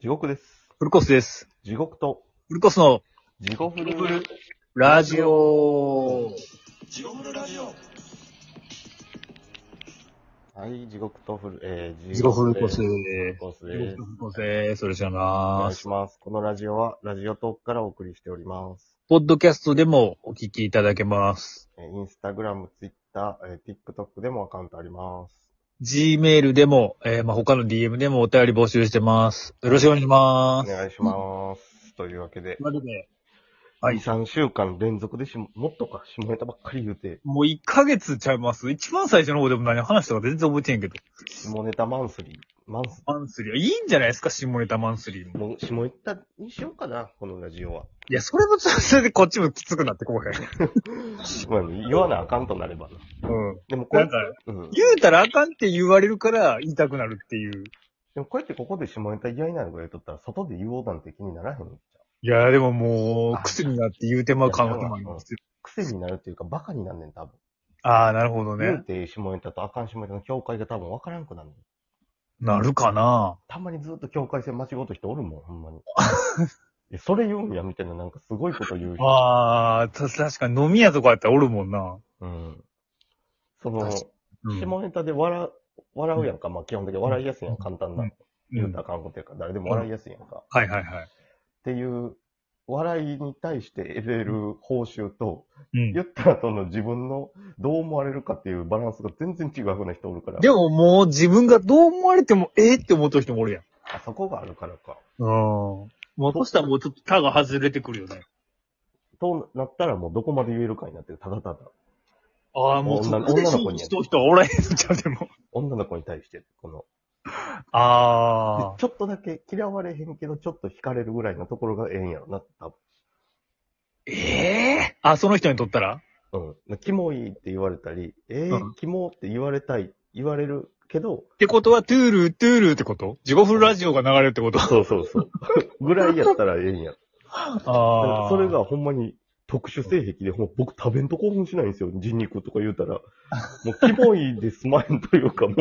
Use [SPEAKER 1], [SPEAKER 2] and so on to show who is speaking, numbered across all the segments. [SPEAKER 1] 地獄です。
[SPEAKER 2] フルコースです。
[SPEAKER 1] 地獄と、
[SPEAKER 2] フルコースの
[SPEAKER 1] 地獄フル。
[SPEAKER 2] ラジオ。
[SPEAKER 1] はい、地獄とフル、えー、
[SPEAKER 2] 自己フルコース。
[SPEAKER 1] 地
[SPEAKER 2] フ
[SPEAKER 1] 獄
[SPEAKER 2] ル
[SPEAKER 1] コースです。
[SPEAKER 2] コースです。それじゃあ
[SPEAKER 1] お
[SPEAKER 2] な
[SPEAKER 1] 願いします。このラジオは、ラジオトークからお送りしております。
[SPEAKER 2] ポッドキャストでもお聞きいただけます。
[SPEAKER 1] えーインスタグラム、ツイッター、えー、TikTok でもアカウントあります。
[SPEAKER 2] Gmail でも、えーまあ、他の DM でもお便り募集してます。よろしくお願いし
[SPEAKER 1] お
[SPEAKER 2] ます。
[SPEAKER 1] 願いします。というわけで、
[SPEAKER 2] というわけで、はい
[SPEAKER 1] 3週間連続でし、もっとか、下ネタばっかり言うて、
[SPEAKER 2] もう1ヶ月ちゃいます。一番最初の方でも何話したか全然覚えてへんけど。
[SPEAKER 1] 下ネタマンスリー、マンス、
[SPEAKER 2] マンスリー。いいんじゃないですか下ネタマンスリーも。
[SPEAKER 1] もう下ネタにしようかな、このラジオは。
[SPEAKER 2] いや、それもそれでこっちもきつくなってこうへん。
[SPEAKER 1] まあ言わなあかんとなればな。
[SPEAKER 2] うん。
[SPEAKER 1] でもこ
[SPEAKER 2] な
[SPEAKER 1] れ
[SPEAKER 2] ん、か、
[SPEAKER 1] うん。
[SPEAKER 2] 言うたらあかんって言われるから言いたくなるっていう。
[SPEAKER 1] でもこうやってここで下ネタ嫌いなのぐらいとったら、外で言おうなんて気にならへん。
[SPEAKER 2] いや、でももう、癖になって言うてまう可能性もありますよ。
[SPEAKER 1] 癖になるっていうか、バカになんねん、多分。
[SPEAKER 2] ああ、なるほど
[SPEAKER 1] 言う
[SPEAKER 2] ね。
[SPEAKER 1] て下ネタとあかん下ネタの境界が多分分からんくなる。
[SPEAKER 2] なるかな
[SPEAKER 1] たまにずっと境界線間違うと人おるもん、ほ んまに。え、それ言うんや、みたいな、なんかすごいこと言う人。
[SPEAKER 2] ああ、た確かに飲み屋とかやったらおるもんな。
[SPEAKER 1] うん。その、
[SPEAKER 2] 確うん
[SPEAKER 1] 下ネタで笑う、笑うやんか。まあ基本的に笑いやすいやん、簡単
[SPEAKER 2] う
[SPEAKER 1] な。
[SPEAKER 2] ん
[SPEAKER 1] 言うたらあかんことやから、誰でも笑いやすいやんか。っ
[SPEAKER 2] はいはいはい。
[SPEAKER 1] ていう、笑いに対して得れる報酬と、
[SPEAKER 2] うん
[SPEAKER 1] 言った後の自分のどう思われるかっていうバランスが全然違う風な人おるから。
[SPEAKER 2] でももう自分がどう思われてもええって思ってる人もおるやん。
[SPEAKER 1] あそこがあるからか。
[SPEAKER 2] うん。もうそしたらもうちょっと他が外れてくるよね。
[SPEAKER 1] となったらもうどこまで言えるかになってる。ただただ。
[SPEAKER 2] ああ、もうそ
[SPEAKER 1] 女
[SPEAKER 2] こで
[SPEAKER 1] 女の
[SPEAKER 2] 勝
[SPEAKER 1] 子に
[SPEAKER 2] 負
[SPEAKER 1] やる
[SPEAKER 2] しとう人はおらへんのちゃうでも。
[SPEAKER 1] 女の子に対して、この、
[SPEAKER 2] あ
[SPEAKER 1] で。ちょっとだけ嫌われへんけど、ちょっと惹かれるぐらいのところがええんやろな、多
[SPEAKER 2] ええあ、その人にとったら
[SPEAKER 1] 分。うん。キモいって言われたり、えー
[SPEAKER 2] うん
[SPEAKER 1] キモって言われたい、言われるけど、
[SPEAKER 2] ってことは、トゥールー、トゥールーってことジゴフルラジオが流れるってこと
[SPEAKER 1] そうそうそう。 ぐらいやったらええんや。だか
[SPEAKER 2] あ
[SPEAKER 1] らそれがほんまに特殊性癖で、ほんま僕食べんと興奮しないんですよ。人肉とか言う たら。もうキモいですまへんというかも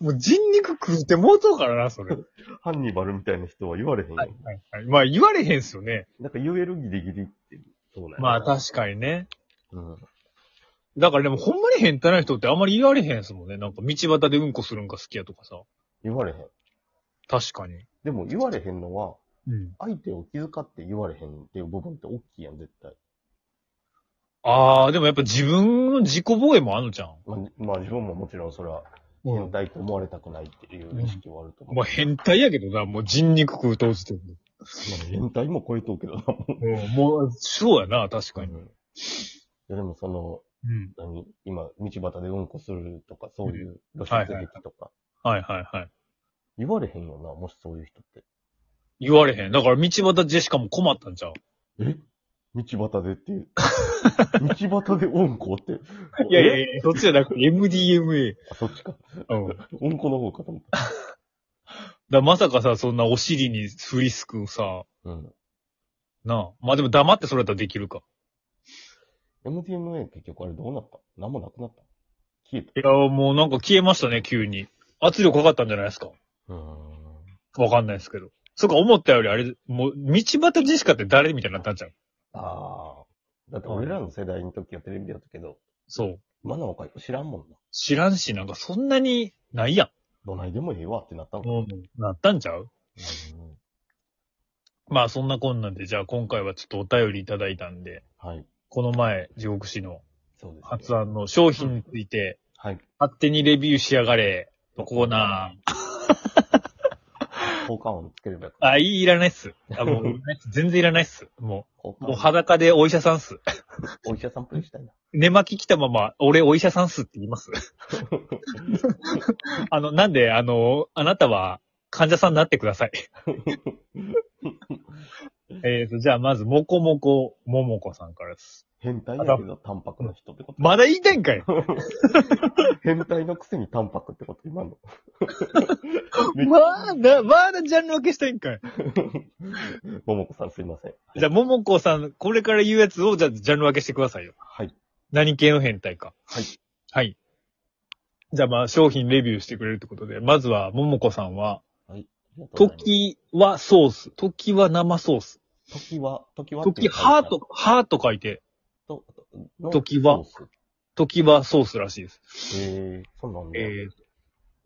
[SPEAKER 2] もう人肉食うてもうとうからな、そ れ。は
[SPEAKER 1] う、ハンニバルみたいな人は言われへんよ。
[SPEAKER 2] いはいはい。まあ言われへんすよね。
[SPEAKER 1] なんか言えるギリギリって、そうなんや
[SPEAKER 2] まあ確かにね。
[SPEAKER 1] うん。
[SPEAKER 2] だからでもほんまに変態な人ってあんまり言われへんすもんね。なんか道端でうんこするんが好きやとかさ。
[SPEAKER 1] 言われへん。
[SPEAKER 2] 確かに。
[SPEAKER 1] でも言われへんのは、
[SPEAKER 2] うん。
[SPEAKER 1] 相手を気遣って言われへんっていう部分って大きいやん、絶対。
[SPEAKER 2] ああ、でもやっぱ自分の自己防衛もあんのじゃん。
[SPEAKER 1] まあ、まあ自分ももちろんそれは変態と思われたくないっていう意識はあると思う。
[SPEAKER 2] まあ変態やけどな、もう人肉食うとうしてる。
[SPEAKER 1] まあ変態も超えとうけどな、もう
[SPEAKER 2] うん、もう、そうやな、確かに。
[SPEAKER 1] うんいやでもその、
[SPEAKER 2] うん。
[SPEAKER 1] 何今、道端でうんこするとか、そういう露出癖とか、
[SPEAKER 2] はいはいはい。
[SPEAKER 1] 言われへんよな、もしそういう人って。
[SPEAKER 2] 言われへん。だから道端ジェシカも困ったんちゃう
[SPEAKER 1] え道端でっていう。 道端でうんこって。え
[SPEAKER 2] や、そっちじゃなくて MDMA。
[SPEAKER 1] あそっちか。
[SPEAKER 2] うん。
[SPEAKER 1] うんこの方かと思った。
[SPEAKER 2] だまさかさ、そんなお尻にフリスクをさ、
[SPEAKER 1] うん。
[SPEAKER 2] なあ。まあでも黙ってそれやったらできるか。
[SPEAKER 1] MDMA 結局あれどうなった何もなくなった消え
[SPEAKER 2] いや、もうなんか消えましたね、急に。圧力かかったんじゃないですか。
[SPEAKER 1] た。うーん。
[SPEAKER 2] わかんないですけど。そうか、思ったよりあれ、もう、道端ジェシカって誰みたいになったんちゃう
[SPEAKER 1] ああ。だって俺らの世代の時はテレビやったけど、
[SPEAKER 2] そう。
[SPEAKER 1] 今の若い子知らんもんな。
[SPEAKER 2] 知らんし、なんかそんなに、ないや
[SPEAKER 1] どないでもええわってなったの
[SPEAKER 2] ん。
[SPEAKER 1] か。
[SPEAKER 2] なったんちゃ
[SPEAKER 1] う
[SPEAKER 2] う
[SPEAKER 1] ん
[SPEAKER 2] まあそんなこんなんで、じゃあ今回はちょっとお便りいただいたんで、
[SPEAKER 1] はい。
[SPEAKER 2] この前、地獄師の
[SPEAKER 1] そうです、
[SPEAKER 2] 発案の商品について、
[SPEAKER 1] はい。
[SPEAKER 2] 勝手にレビューしやがれ、のコーナー。
[SPEAKER 1] 効果音つければよかった
[SPEAKER 2] あ、いい、いらないっす。あ、もう、いらないっす全然いらないっす。も
[SPEAKER 1] 効
[SPEAKER 2] う、
[SPEAKER 1] 果
[SPEAKER 2] もう
[SPEAKER 1] 音
[SPEAKER 2] 裸でお医者さんっす。
[SPEAKER 1] お医者さんプレイしたいな。
[SPEAKER 2] 寝巻き着たまま、俺お医者さんっすって言います。 あの、なんで、あの、あなたは患者さんになってください。 えーと、じゃあまず、もこもこももこさんからです。
[SPEAKER 1] 変態やけど、淡白な人ってこと。
[SPEAKER 2] まだ言いたいんかい
[SPEAKER 1] 変態のくせに淡白ってこと、今の。
[SPEAKER 2] まだ、まだジャンル分けしたいんかい
[SPEAKER 1] ももこさんすいません。
[SPEAKER 2] じゃあ、ももこさん、これから言うやつを、じゃあ、ジャンル分けしてくださいよ。
[SPEAKER 1] はい。
[SPEAKER 2] 何系の変態か。
[SPEAKER 1] はい。
[SPEAKER 2] はい。じゃあまあ商品レビューしてくれるってことで、まずは、ももこさんは、
[SPEAKER 1] りがとうございます。
[SPEAKER 2] 時はソース、時は生ソース、
[SPEAKER 1] 時は、時は。
[SPEAKER 2] 時はと、はと書いて、
[SPEAKER 1] と、
[SPEAKER 2] 時は
[SPEAKER 1] のソー
[SPEAKER 2] 時はソースらしいです。
[SPEAKER 1] ス。えー、そうなんだ。
[SPEAKER 2] えー、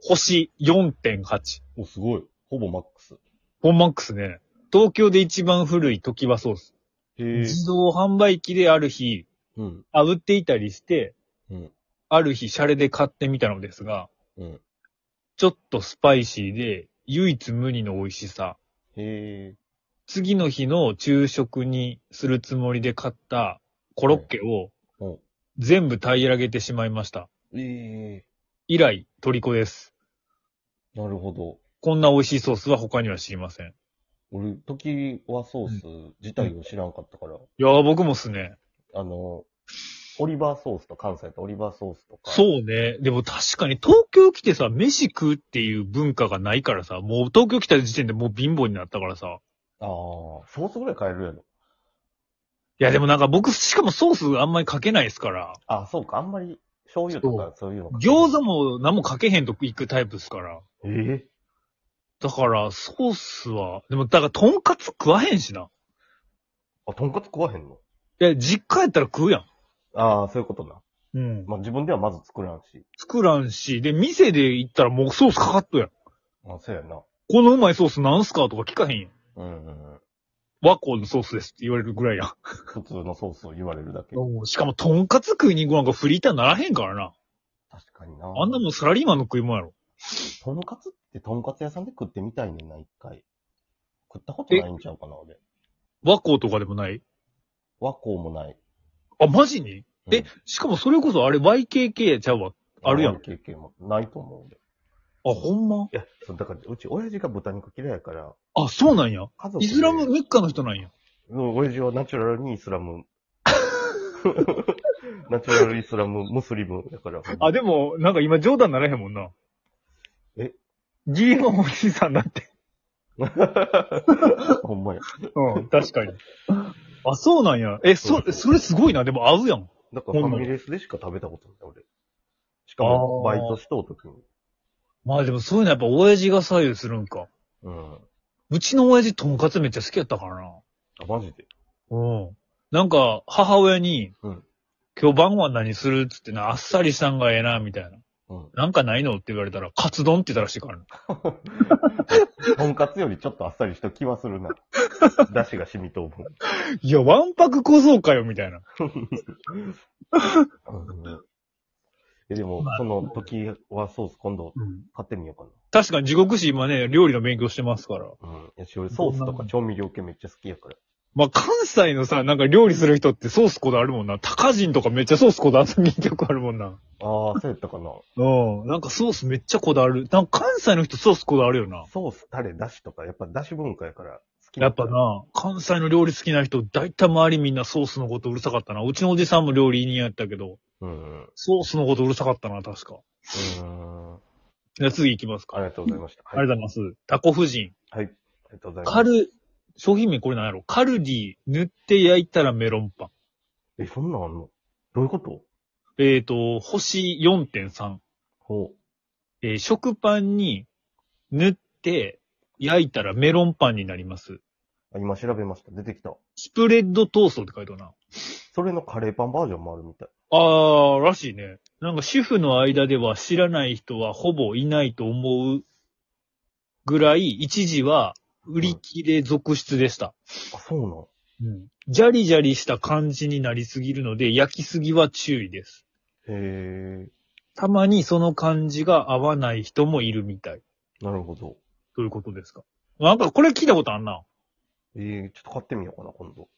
[SPEAKER 2] 星4.8。
[SPEAKER 1] お、すごい。ほぼマックス。
[SPEAKER 2] フォンマックスね。東京で一番古い時はソース。
[SPEAKER 1] へ
[SPEAKER 2] 自動販売機である日、
[SPEAKER 1] うん。
[SPEAKER 2] 炙っていたりして、
[SPEAKER 1] うん。
[SPEAKER 2] ある日シャレで買ってみたのですが、
[SPEAKER 1] うん。
[SPEAKER 2] ちょっとスパイシーで、唯一無二の美味しさ。
[SPEAKER 1] へえ。
[SPEAKER 2] 次の日の昼食にするつもりで買ったコロッケを
[SPEAKER 1] うん。
[SPEAKER 2] 全部平らげてしまいました。
[SPEAKER 1] ええ
[SPEAKER 2] 以来、虜です。
[SPEAKER 1] なるほど。
[SPEAKER 2] こんな美味しいソースは他には知りません。
[SPEAKER 1] 俺、時はソース自体を知らんかったから、
[SPEAKER 2] いやー、僕もっすね。
[SPEAKER 1] あの、オリバーソースと関西とオリバーソースとか。う。
[SPEAKER 2] そうね。でも確かに東京来てさ、飯食うっていう文化がないからさ、もう東京来た時点でもう貧乏になったから
[SPEAKER 1] あ
[SPEAKER 2] さ。
[SPEAKER 1] あ、ソースぐらい買えるやろ。
[SPEAKER 2] いやでもなんか僕、しかもソースあんまりかけないですから、
[SPEAKER 1] あ、そうか。あんまり醤油とかそういうのか。
[SPEAKER 2] 餃子も何もかけへんと行くタイプですから。
[SPEAKER 1] ええ
[SPEAKER 2] だから、ソースは、でもだから、とんかつ食わへんしな。
[SPEAKER 1] あ、とんかつ食わへんの
[SPEAKER 2] いや、実家やったら食うやん。
[SPEAKER 1] ああ、そういうことな。
[SPEAKER 2] うん。
[SPEAKER 1] まあ自分ではまず作らんし。
[SPEAKER 2] 作らんし、で、店で行ったらもうソースかかっとやん。
[SPEAKER 1] あそうやな。
[SPEAKER 2] このうまいソースなんすかとか聞かへんやん。
[SPEAKER 1] うんうんうん。
[SPEAKER 2] 和光のソースですって言われるぐらいやん。
[SPEAKER 1] 普通のソースを言われるだけ。
[SPEAKER 2] うんしかも、とんかつ食いに行くなんかフリーターならへんからな。
[SPEAKER 1] 確かにな。
[SPEAKER 2] あんなもんサラリーマンの食い物やろ。
[SPEAKER 1] とんかつってとんかつ屋さんで食ってみたいねんな、一回。食ったことないんちゃうかな、俺。
[SPEAKER 2] 和光とかでもない
[SPEAKER 1] 和光もない。
[SPEAKER 2] あ、マジに
[SPEAKER 1] う
[SPEAKER 2] え
[SPEAKER 1] ん、
[SPEAKER 2] しかもそれこそあれ YKK ちゃうわ。あるやん
[SPEAKER 1] あ経験もないと思う俺。
[SPEAKER 2] あ、ほんま
[SPEAKER 1] いや、そう、だから、うち親父が豚肉嫌いやから、
[SPEAKER 2] あ、そうなんや。
[SPEAKER 1] 家族
[SPEAKER 2] イ
[SPEAKER 1] で
[SPEAKER 2] スラム日課の人なんや。
[SPEAKER 1] うん、親父はナチュラルにイスラム。 ナチュラルイスラム、ムスリムだから。
[SPEAKER 2] あ、でも、なんか今冗談ならへんもんな。
[SPEAKER 1] え
[SPEAKER 2] 義理のおじさんだって。
[SPEAKER 1] ほんまや。
[SPEAKER 2] うん、 確かに。あ、そうなんや。え、
[SPEAKER 1] そ
[SPEAKER 2] そう
[SPEAKER 1] そ、う
[SPEAKER 2] それすごいな。でも合うやん。
[SPEAKER 1] だからファミレスでしか食べたことない、俺。しかも、
[SPEAKER 2] あ
[SPEAKER 1] バ
[SPEAKER 2] ー
[SPEAKER 1] イトしとうときに。
[SPEAKER 2] まあでもそういうのやっぱ親父が左右するんか。
[SPEAKER 1] うん。
[SPEAKER 2] うちの親父とんかつめっちゃ好きやったからな。
[SPEAKER 1] あ、マジで。
[SPEAKER 2] うん。なんか、母親に、
[SPEAKER 1] うん
[SPEAKER 2] 今日晩ご飯何するっつってな、あっさりしたんがええな、みたいな。
[SPEAKER 1] うん。
[SPEAKER 2] なんかないのって言われたら、カツ丼って言ったらしいからな。
[SPEAKER 1] とんかつよりちょっとあっさりした気はす るな。だしが染みとう分。
[SPEAKER 2] いや、わんぱく小僧かよ、みたいな。
[SPEAKER 1] うんえでも
[SPEAKER 2] まあ、
[SPEAKER 1] その時はソース今度買ってみようか
[SPEAKER 2] 確かに地獄師今ね、料理の勉強してますから。
[SPEAKER 1] な。うん。いやし、俺ソースとか調味料系めっちゃ好きやから。
[SPEAKER 2] まあ、関西のさ、なんか料理する人ってソースこだわるもんな。高人とかめっちゃソースこだわった人曲あるもんな。
[SPEAKER 1] ああ、そうやったかな。
[SPEAKER 2] うん。なんかソースめっちゃこだわる。なんか関西の人ソースこだわるよな。
[SPEAKER 1] ソース、タレ、だしとか、やっぱだし文化やから好き
[SPEAKER 2] やっぱ。な、関西の料理好きな人、だいたい周りみんなソースのことうるさかったな。うちのおじさんも料理人やったけど、
[SPEAKER 1] うん。う
[SPEAKER 2] ソースのことうるさかったな、確か。
[SPEAKER 1] ーん。
[SPEAKER 2] じゃあ次行きますか。
[SPEAKER 1] ありがとうございました。
[SPEAKER 2] ありがとうございます。タコ夫人。
[SPEAKER 1] はい。はい。ありがとうございます。
[SPEAKER 2] カル、商品名これなんやろカルディ、塗って焼いたらメロンパン。
[SPEAKER 1] え、そんなんあんのどういうこと
[SPEAKER 2] えっ、と、星4.3。
[SPEAKER 1] ほ
[SPEAKER 2] えー食パンに塗って焼いたらメロンパンになります。
[SPEAKER 1] う。あ今調べました。出てきた。
[SPEAKER 2] スプレッドトーストって書いてあるな。
[SPEAKER 1] それのカレーパンバージョンもあるみたい。
[SPEAKER 2] あー、らしいね。なんか主婦の間では知らない人はほぼいないと思うぐらい、一時は売り切れ続出でした。
[SPEAKER 1] あ、そうなん。
[SPEAKER 2] うん。ジャリジャリした感じになりすぎるので、焼きすぎは注意です。
[SPEAKER 1] へ
[SPEAKER 2] たまにその感じが合わない人もいるみたい。
[SPEAKER 1] え、なるほど。
[SPEAKER 2] ということですか。なんかこれ聞いたことあんな。
[SPEAKER 1] ええちょっと買ってみようかな、今度。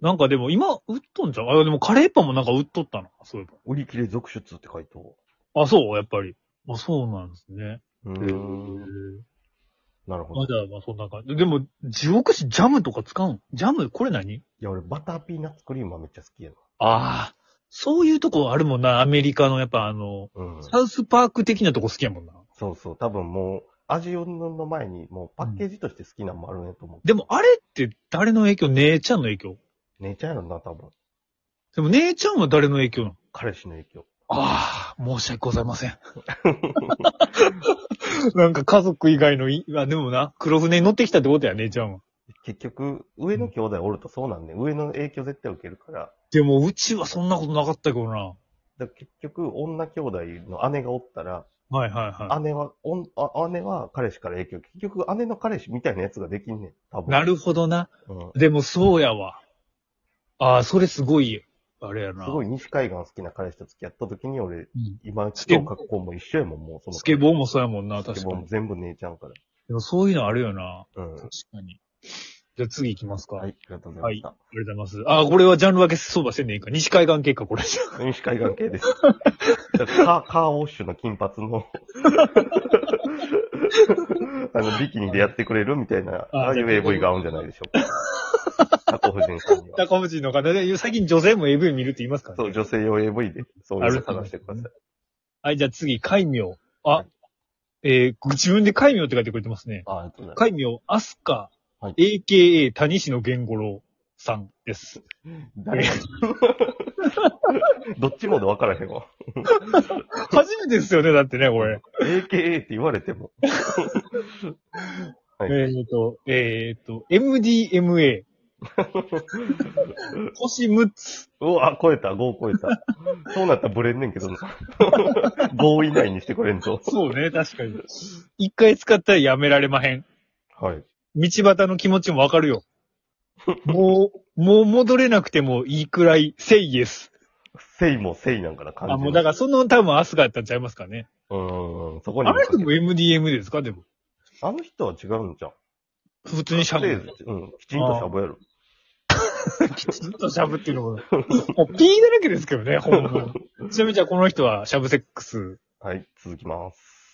[SPEAKER 2] なんかでも今、売っとんじゃん。あ、でもカレーパンもなんか売っとったな。そういえ
[SPEAKER 1] 売り切れ続出って書いてある
[SPEAKER 2] ば。あ、そうやっぱり。まあそうなんですね。
[SPEAKER 1] う
[SPEAKER 2] へ
[SPEAKER 1] ーん。
[SPEAKER 2] ー
[SPEAKER 1] なるほど。
[SPEAKER 2] ま
[SPEAKER 1] い
[SPEAKER 2] だまあそんな感じ。でも、地獄紙ジャムとか使うんジャムこれ何
[SPEAKER 1] や、俺、バターピーナッツクリームはめっちゃ好きや
[SPEAKER 2] ああ。そういうとこあるもんな。アメリカのやっぱあの、
[SPEAKER 1] な。うん。
[SPEAKER 2] サウスパーク的なとこ好きやもんな。
[SPEAKER 1] そうそう。多分もう、味を飲の前に、もうパッケージとして好きなのもあるねと思う。
[SPEAKER 2] でもあれって誰の影響姉ちゃんの影響
[SPEAKER 1] 寝ちゃうのな、多分。
[SPEAKER 2] でも姉ちゃんは誰の影響なの
[SPEAKER 1] 彼氏の影響。
[SPEAKER 2] ああ、申し訳ございません。 なんか家族以外のい、あ、でもな、黒船に乗ってきたってことやね、じゃん。
[SPEAKER 1] 結局、上の兄弟おるとそうなんで、上の影響絶対受けるから。
[SPEAKER 2] でも、うちはそんなことなかったけどな。
[SPEAKER 1] だから結局、女兄弟の姉がおったら、
[SPEAKER 2] はいはいは
[SPEAKER 1] 姉は、おんあ姉は彼氏から影響。結局、姉の彼氏みたいなやつができんねん。多
[SPEAKER 2] い。
[SPEAKER 1] 分。
[SPEAKER 2] なるほどな。
[SPEAKER 1] うん。
[SPEAKER 2] でも、そうやわ。ああ、それすごい、あれやな。
[SPEAKER 1] すごい西海岸好きな彼氏と付き合った時に俺、
[SPEAKER 2] うん
[SPEAKER 1] 今、
[SPEAKER 2] スケ
[SPEAKER 1] 今日格好も一緒やもん、もうその。
[SPEAKER 2] スケボーもそうやもんな、
[SPEAKER 1] スケ
[SPEAKER 2] 確
[SPEAKER 1] ボ
[SPEAKER 2] か
[SPEAKER 1] ーも
[SPEAKER 2] に。
[SPEAKER 1] 全部姉ちゃんから。
[SPEAKER 2] でも、そういうのあるよな。
[SPEAKER 1] うん。は
[SPEAKER 2] 確かに。じゃあ次行きますか。
[SPEAKER 1] い、ありがとうございました。
[SPEAKER 2] ありがとうございます。ああ、これはジャンル分け相場せんでいいか。西海岸結果これじゃ。
[SPEAKER 1] 西海岸系です。 だからカー、カーウォッシュの金髪の、あの、ビキニでやってくれるみたいな、
[SPEAKER 2] あ
[SPEAKER 1] ああいう AV が合うんじゃないでしょうか。 中夫人さんには。
[SPEAKER 2] 高藤の方で、最近女性も AV 見るって言いますからね。
[SPEAKER 1] そう、女性用 AV で、そういうの探してください。
[SPEAKER 2] はい、じゃあ次、海名。
[SPEAKER 1] は
[SPEAKER 2] あ、えー、自分で海名って書いてくれてますね。
[SPEAKER 1] あありがとうござい
[SPEAKER 2] 海名、アスカ、
[SPEAKER 1] はい
[SPEAKER 2] AKA 谷氏の源五郎さんです。
[SPEAKER 1] ます。誰 どっちもで分からへんわ。
[SPEAKER 2] 初めてですよね、だってね、これ。
[SPEAKER 1] AKA って言われても。はい
[SPEAKER 2] えっ、と、えっ、と、MDMA。星6つ。
[SPEAKER 1] うわ、超えた、5超えた。そうなったらブレんねんけどな。5以内にしてくれんぞ。
[SPEAKER 2] そうね、確かに。一回使ったらやめられまへん。
[SPEAKER 1] はい。
[SPEAKER 2] 道端の気持ちもわか るよ。もう、もう戻れなくてもいいくらい、セイエス。
[SPEAKER 1] せいもせいなんかな、感じ
[SPEAKER 2] あ、もうだからその多分アスカやったんちゃいますかね。
[SPEAKER 1] うーん、そこに
[SPEAKER 2] あ
[SPEAKER 1] も
[SPEAKER 2] の人も MDM ですかでも。
[SPEAKER 1] あの人は違うんじゃん。
[SPEAKER 2] 普通にしゃぶ
[SPEAKER 1] とりあえずうん、きちんとしゃぶやる。
[SPEAKER 2] ずっとしゃぶっていうのも。もう ピーだらけですけどね、ほんま。ちなみにじゃあこの人はしゃぶセックス
[SPEAKER 1] はい、続きます。